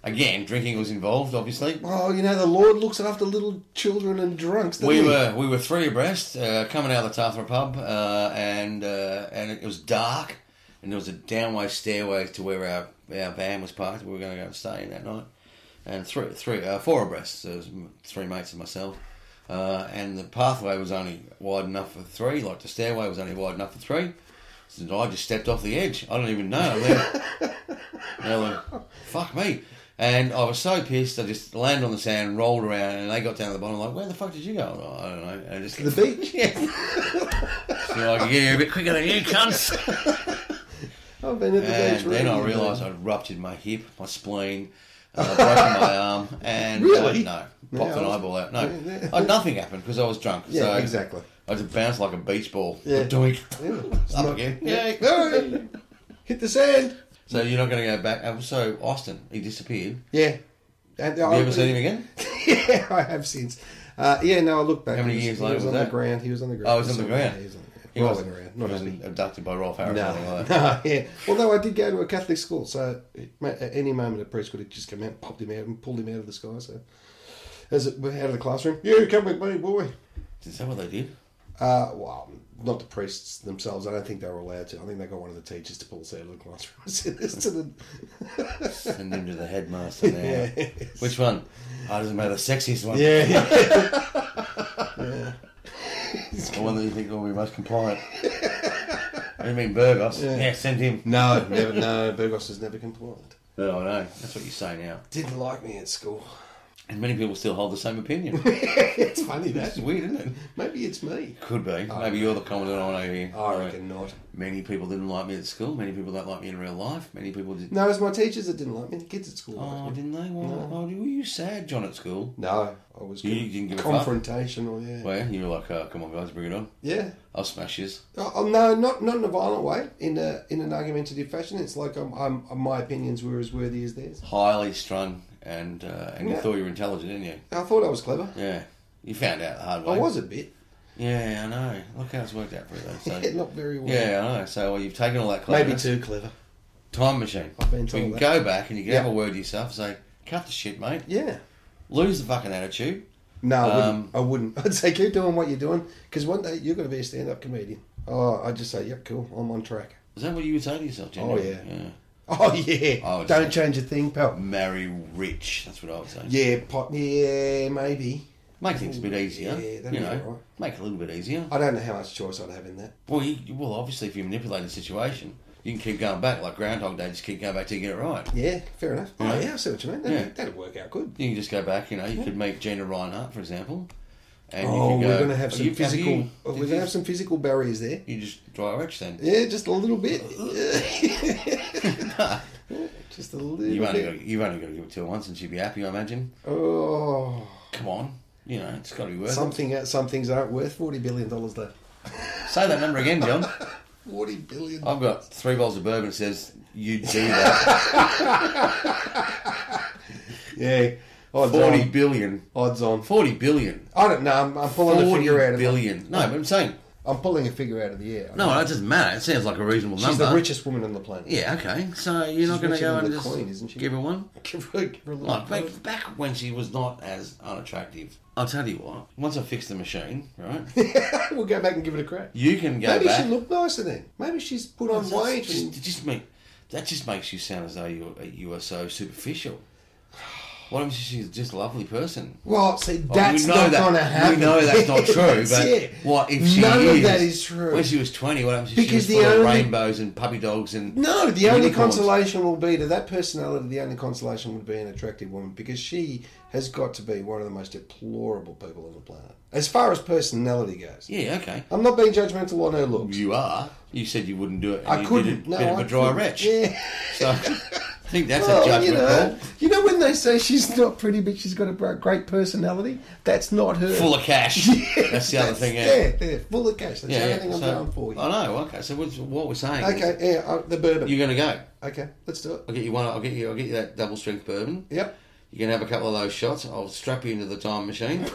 Again, drinking was involved, obviously.
Oh, you know the Lord looks after little children and drunks. doesn't
We
he?
were we were three abreast uh, coming out of the Tathra pub, uh, and uh, and it was dark, and there was a downway stairway to where our, our van was parked. We were going to go and stay in that night, and three three uh, four abreast, so it was m- three mates and myself, Uh, and the pathway was only wide enough for three, like the stairway was only wide enough for three. So I just stepped off the edge. I don't even know. I went, and I went, fuck me. And I was so pissed, I just landed on the sand, rolled around, and they got down to the bottom. like, where the fuck did you go? "Oh, I don't know. And I just
The beach?
yeah. so I could get here a bit quicker than you cunts.
I've been at the
And
beach.
then I
uh, really, you know.
realised I'd ruptured my hip, my spleen, uh, broken my arm, and uh,
Really?
no, popped
Yeah,
an
I was-
eyeball out. No,
Yeah, yeah.
Uh, nothing happened because I was drunk.
Yeah,
so
exactly.
I just bounced like a beach ball.
Yeah.
Doink.
Yeah.
Up again. Yay.
No, hit the sand.
So you're not going to go back. And so Austin, he disappeared.
Yeah. And
Have you ever seen him again?
yeah, I have since. Uh, yeah, no, I look back.
How many
He was-
years
he
later
was
was
on
that?
the ground? He was on the ground.
Oh, he was on the ground.
Yeah, he was on the ground.
He
Rolling
wasn't-
around, not
he
as
wasn't abducted by Rolf Harris or anything
No,
like that.
no, yeah. Although I did go to a Catholic school, so it, ma- at any moment a priest could have just come out, popped him out, and pulled him out of the sky. So, as it out of the classroom, you come with me, boy.
Is that what they did?
Uh, well, not the priests themselves. I don't think they were allowed to. I think they got one of the teachers to pull us out of the classroom. I said this to the
Send him to the headmaster now. Which one? Oh, doesn't matter. The sexiest one.
yeah, yeah.
The one that you think will be most compliant. you mean Burgos? Yeah. send him.
no, never, no. Burgos is never compliant.
No, I know. That's what you say now.
Didn't like me at school.
And many people still hold the same opinion. This
it's funny that
is weird, isn't it?
maybe it's me.
Could be. Maybe you're the commandant on over here.
I reckon not.
Many people didn't like me at school. Many people don't like me in real life. Many people didn't.
No, it's my teachers that didn't like me. The kids at school.
Oh,
liked me.
didn't they? Why? why- were you sad, John, at school?
No, I was
You didn't give a fuck?
confrontational. Yeah,
Where you were like, oh, come on, guys, bring it on.
yeah.
I'll smash this.
Oh, oh, no, not not in a violent way. In a in an argumentative fashion. It's like I'm, I'm uh, my opinions were as worthy as theirs.
Highly strung, and uh, and you
Yeah.
thought you were intelligent, didn't you?
I thought I was clever.
Yeah. You found out the hard way.
I was a bit.
Yeah, I know. Look how it's worked out for you, though. So,
Yeah, not very well.
yeah, I know. So well, you've taken all that cleverness.
Maybe too clever.
Time machine.
I've been
so you
told
can
that.
go back and you can
Yeah.
have a word to yourself and say, cut the shit, mate.
Yeah.
Lose the fucking attitude.
No, I wouldn't.
Um,
I wouldn't. I'd say keep doing what you're doing because one day you're going to be a stand-up comedian. Oh, I'd just say, yep, cool. I'm on track.
Is that what you would say to yourself, Jenny?
Oh, yeah. Oh yeah.
I would
Don't
say-
change a thing, pal.
Marry rich. That's what I would say.
Yeah, pot. Yeah, maybe.
Make things a bit easier.
Yeah, that'd
you
be
know,
alright.
make it a little bit easier.
I don't know how much choice I'd have in that.
Well, you, you- well, obviously, if you manipulate the situation, you can keep going back like Groundhog Day. Just keep going back till you get it right.
Yeah, fair enough.
Yeah.
Oh, yeah, I see what you mean. That'd,
Yeah.
that'd work out good.
You can just go back. You know, you could meet Gina Reinhart, for example. And
Oh,
you could
we're
go,
going to have
"Are
some
you-
physical.
You,
oh,
did
we're going
you-
to have some physical barriers there.
You just dry rich then.
Yeah, just a little bit. Yeah. just a little
You've only,
bit.
got to, you've only got to give it to her once and she'd be happy, I imagine.
Oh,
Come on. You know, it's got to be worth
something. Some things aren't worth forty billion dollars though.
it. Say that number again, John.
Forty billion.
I've got three bottles of bourbon that says, you do that.
Yeah. Odds
40
on.
billion.
Odds on.
40 billion.
I don't know. I'm, I'm pulling a
40
figure out of.
billion. No, but I'm saying,
I'm pulling a figure out of the air.
no, that doesn't matter. It sounds like a reasonable
She's
number.
the richest woman on the planet.
Yeah, okay. So you're not going
She's
to
richer
go
than
and
the
just
Queen, isn't she?
give her one?
Give her- give her a little-
Like back, back when she was not as unattractive. I'll tell you what. Once I fix the machine, right?
we'll go back and give it a crack.
You can go
Maybe
back.
she looked nicer then. Maybe she's put on
That's
weight.
Just,
and-
just make, that just makes you sound as though you you are so superficial. What if she's just a lovely person?
Well, see,
Oh,
that's not
that,
going to happen.
We know that's not true,
Yes,
but
yeah.
what if she
None
is?
of that is true.
When she was 20, what happens if
Because
she
the
was full of
only-
rainbows and puppy dogs and...
No, the only
unicorns?
consolation will be to that personality. The only consolation would be an attractive woman because she has got to be one of the most deplorable people on the planet as far as personality goes.
Yeah, okay.
I'm not being judgmental on her looks.
You are. You said you wouldn't do it. And
I
you
couldn't.
Did a
no,
bit
I
of a dry
couldn't.
wretch.
Yeah.
So I think that's a
Well, you
judgment
know,
call.
you know when they say she's not pretty but she's got a br- great personality, that's not her.
Full of cash. that's the other
That's-
thing. Yeah.
Yeah, yeah, full of cash. That's
Yeah,
the
yeah.
only thing I'm
So-
going for.
I know. Okay. So what's- what we're saying is
Okay, yeah, uh, the bourbon.
you're going to go.
okay, let's do it.
I'll get you one. I'll get you. I'll get you that double strength bourbon.
Yep.
You can have a couple of those shots. I'll strap you into the time machine.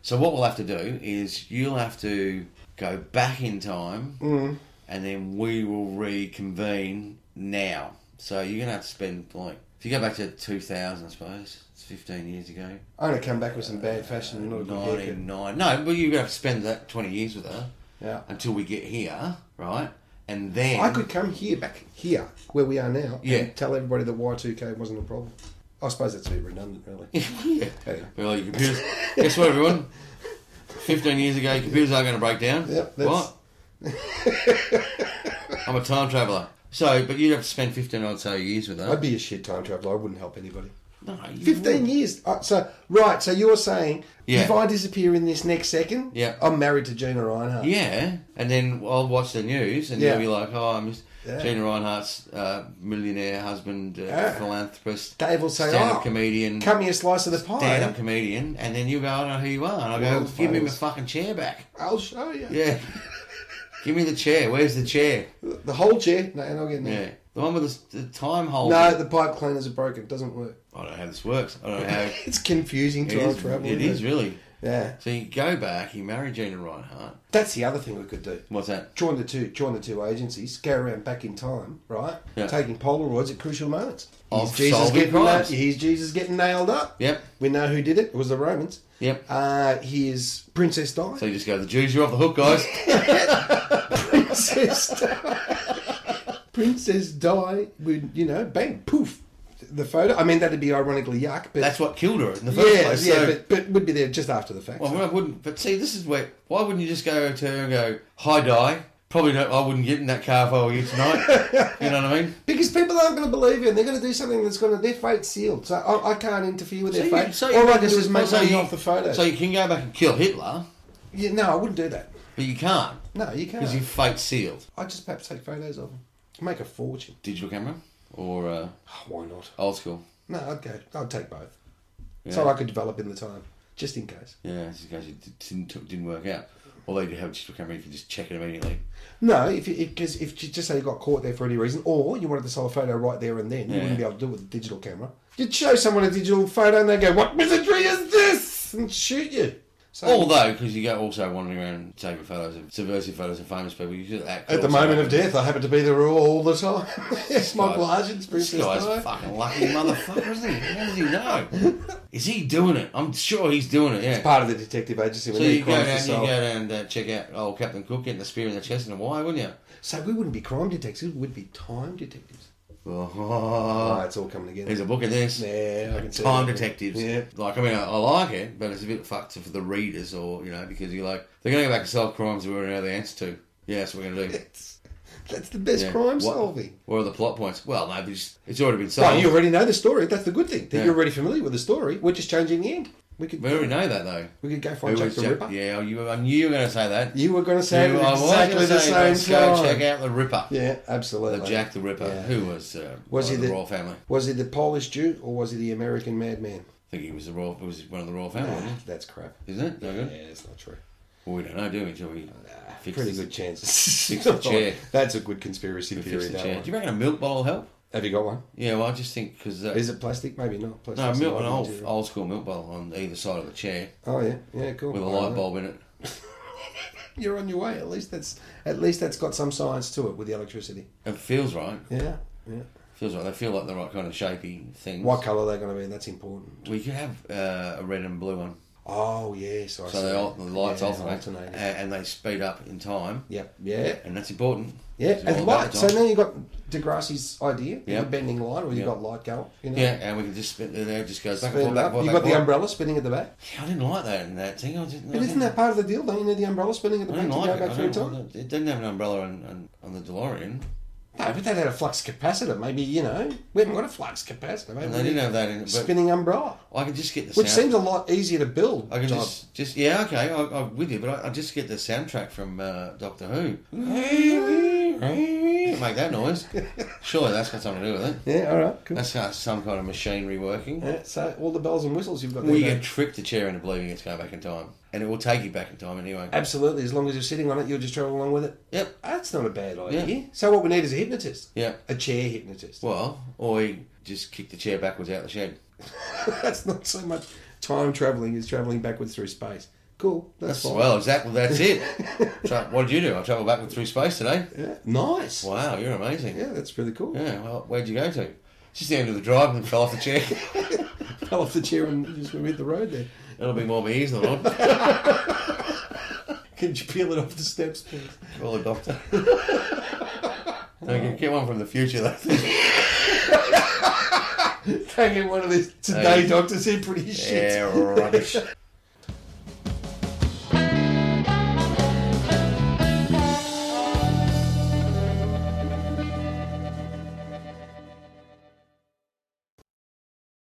so what we'll have to do is you'll have to go back in time,
Mm.
and then we will reconvene now. So you're gonna have to spend like if you go back to 2000, I suppose it's 15 years ago,
I'm going to come back with some bad fashion and not a good haircut.
99. No, but you're gonna have to spend that 20 years with her
Yeah.
until we get here, right? And then
I could come here, back here, where we are now,
Yeah.
and tell everybody that Y2K wasn't a problem. I suppose that's a bit redundant, really. Anyway.
Well, your computers. guess what, everyone? 15 years ago, your computers are going to break down.
Yep, that's-
What? I'm a time traveller. So, but you'd have to spend 15 odd so years with
I'd
that.
be a shit time traveler. I wouldn't help anybody.
No, you
15
wouldn't.
years. Uh, so, right, so you're saying
Yeah.
if I disappear in this next second,
Yeah.
I'm married to Gina Reinhardt.
Yeah, and then I'll watch the news and
Yeah.
you'll be like, oh, I'm just
Yeah.
Gina Reinhart's uh, millionaire husband, uh,
Yeah.
philanthropist,
Dave will say,
stand-up
"Oh,
comedian,
Cut me a slice of the pie.
stand-up comedian, and then you go, I don't know who you are. And I go,
World
give me my
famous.
fucking chair back.
I'll show you.
Yeah. give me the chair. Where's the chair?
The whole chair, no, and I'll get in there.
Yeah. The one with the, the time hole.
No, the pipe cleaners are broken. It doesn't work.
I don't know how this works. I don't know how.
It's confusing
it
time
is,
travel.
it
isn't
is really.
Yeah.
So you go back, you marry Gina Reinhart.
That's the other thing we could do.
What's that?
Join the two, join the two agencies. Go around back in time, right?
Yeah.
Taking Polaroids at crucial moments.
Of solving
getting
crimes.
na- here's Jesus getting nailed up.
Yep.
We know who did it. It was the Romans.
Yep.
Uh, here's Princess Di.
So you just go, the Jews are off the hook, guys.
Princess Di. Princess Di would, you know, bang, poof, the photo. I mean, that'd be ironically yuck, but
That's what killed her in the first
yeah,
place.
yeah,
so-
but, but would be there just after the fact.
Well, I wouldn't. But see, this is where. Why wouldn't you just go to her and go, "Hi, Di"? Probably not. I wouldn't get in that car if I were you tonight. you know what I mean?
Because people aren't going to believe you, and they're going to do something that's going to their fate's sealed. So I, I can't interfere with
So
their
you-
fate.
so
All
you-
I can do is make
so
money
you-
off the photo.
So you can go back and kill Hitler,
yeah, no, I wouldn't do that.
but you can't
No, you
because
can't.
your fate's sealed.
I just perhaps take photos of them, make a fortune.
Digital camera or uh,
Oh, why not?
old school?
No, I'd go. I'd take both,
Yeah.
so I could develop in the time, just in case.
Yeah, just in case it didn't didn't work out. Although you have a digital camera, you can just check it immediately.
No, if because if, you just say you got caught there for any reason, or you wanted to sell a photo right there and then, you
Yeah.
wouldn't be able to do it with a digital camera. You'd show someone a digital photo and they go, "What wizardry is this?" and shoot you. So
Although, because you go also wandering around taking photos of subversive photos of famous people, you should act
At the moment of death, I happen to be there all the time. Yes, my Largent's
This
Princess
guy's
Di.
fucking lucky motherfucker, isn't he? How does he know? Is he doing it? I'm sure he's doing it, yeah.
Part of the detective agency.
So
when
you go
crimes
down,
to
you go
solve.
down and uh, check out old Captain Cook getting the spear in the chest and why wouldn't you?
So we wouldn't be crime detectives, we'd be time detectives. Oh,
Oh,
it's all coming together.
there's a book in this.
Yeah, I can see
Time
that.
detectives.
Yeah.
Like, I mean, I, I like it, but it's a bit fucked for the readers, or you know, because you're like, they're going to go back and solve crimes we already know the answer to. Yeah, that's what we're going to do.
That's, that's the best
Yeah.
crime
What-
solving.
What are the plot points? Well, no, they just, it's already been
Well,
solved.
you already know the story. That's the good thing. That
Yeah.
You're already familiar with the story. We're just changing the end. We could,
we already know that though.
we could go find
Who
Jack
was
the
Jack-
Ripper.
Yeah, oh, you, I knew you were going to say that.
You were going to say it
Who
at
I was
exactly
gonna
the
say,
same
let's go
time.
check out the Ripper.
Yeah, absolutely.
The Jack the Ripper, who was uh,
Was
one
he
of the,
the-
royal family. I
Was he the Polish Jew or was he the American madman? Oh,
think he was the royal. Was one of the royal family, wasn't
That's crap.
he? isn't it? No
Yeah,
Uh-huh. good.
it's not true.
Well, we don't know, do we? Until we
Nah,
fix
pretty
this-
good chances.
the chair.
That's a good conspiracy
we
theory.
fix the
that
chair.
one.
Do you reckon a milk bottle will help?
Have you got one?
Yeah, well, I just think because uh,
Is it plastic? Maybe not. Plastic.
no milk, an old, old school milk bottle on either side of the chair
Oh yeah, yeah, cool.
with a
Why
light
not?
bulb in it.
You're on your way. At least that's at least that's got some science to it with the electricity.
It feels right.
Yeah, yeah.
Feels right. They feel like the right kind of shapy things.
What colour they're going to be? That's important.
We could have uh, a red and blue one,
Oh yes, I
so they al- the lights
Yeah,
alternate,
alternating.
a- and they speed up in time,
Yep. Yeah.
and that's important.
Yeah,
It's all
and
about
light.
the
So
time.
now you've got Degrassi's idea,
Yeah.
the bending line, or you've
Yeah.
got light going. You know?
Yeah, and we can just spin and it just goes back and
Spin
forth. Back
it
and
up.
forth back
You've
and
got the
forth.
umbrella spinning at the back.
Yeah, I didn't like that in that thing. I didn't,
But
I
isn't that part of the deal? Don't you need the umbrella spinning at
I
the back
didn't
to
like
go
it.
back
I
through
didn't
time?
like it. It didn't have an umbrella on, on, on the DeLorean.
No, but that had a flux capacitor. Maybe, you know, we haven't got a flux capacitor. Maybe
And
we
they didn't
need
have that in it. But
spinning umbrella,
I could just get the
which
sound.
seems a lot easier to build.
I can
John.
just, just yeah, okay, I, I'm with you, but I, I just get the soundtrack from uh, Doctor Who. Make that noise. Surely that's got something to do with it.
Yeah, all right, cool.
That's uh, some kind of machinery working.
Yeah, so all the bells and whistles you've got there.
Well, you
mate.
can trick the chair into believing it's going back in time, and it will take you back in time anyway.
Absolutely, as long as you're sitting on it, you'll just travel along with it.
Yep.
That's not a bad idea.
Yeah.
So what we need is a hypnotist.
Yeah.
A chair hypnotist.
Well, or you just kick the chair backwards out the shed.
that's not so much time travelling as travelling backwards through space. Cool. That's,
That's
fine.
well, exactly. That's it. Tra- what did you do? I travelled backwards through space today.
Yeah. Nice.
Wow, you're amazing.
Yeah, that's really cool.
Yeah, well, where'd you go to? It's Just the end of the drive and fell off the chair.
Fell off the chair and just went hit the road there.
It'll be more my ears than on.
Could you peel it off the steps, please?
Call the doctor. No, get- get one from the future. Though.
Can't get one of these today doctors. They're pretty shit.
Yeah, rubbish.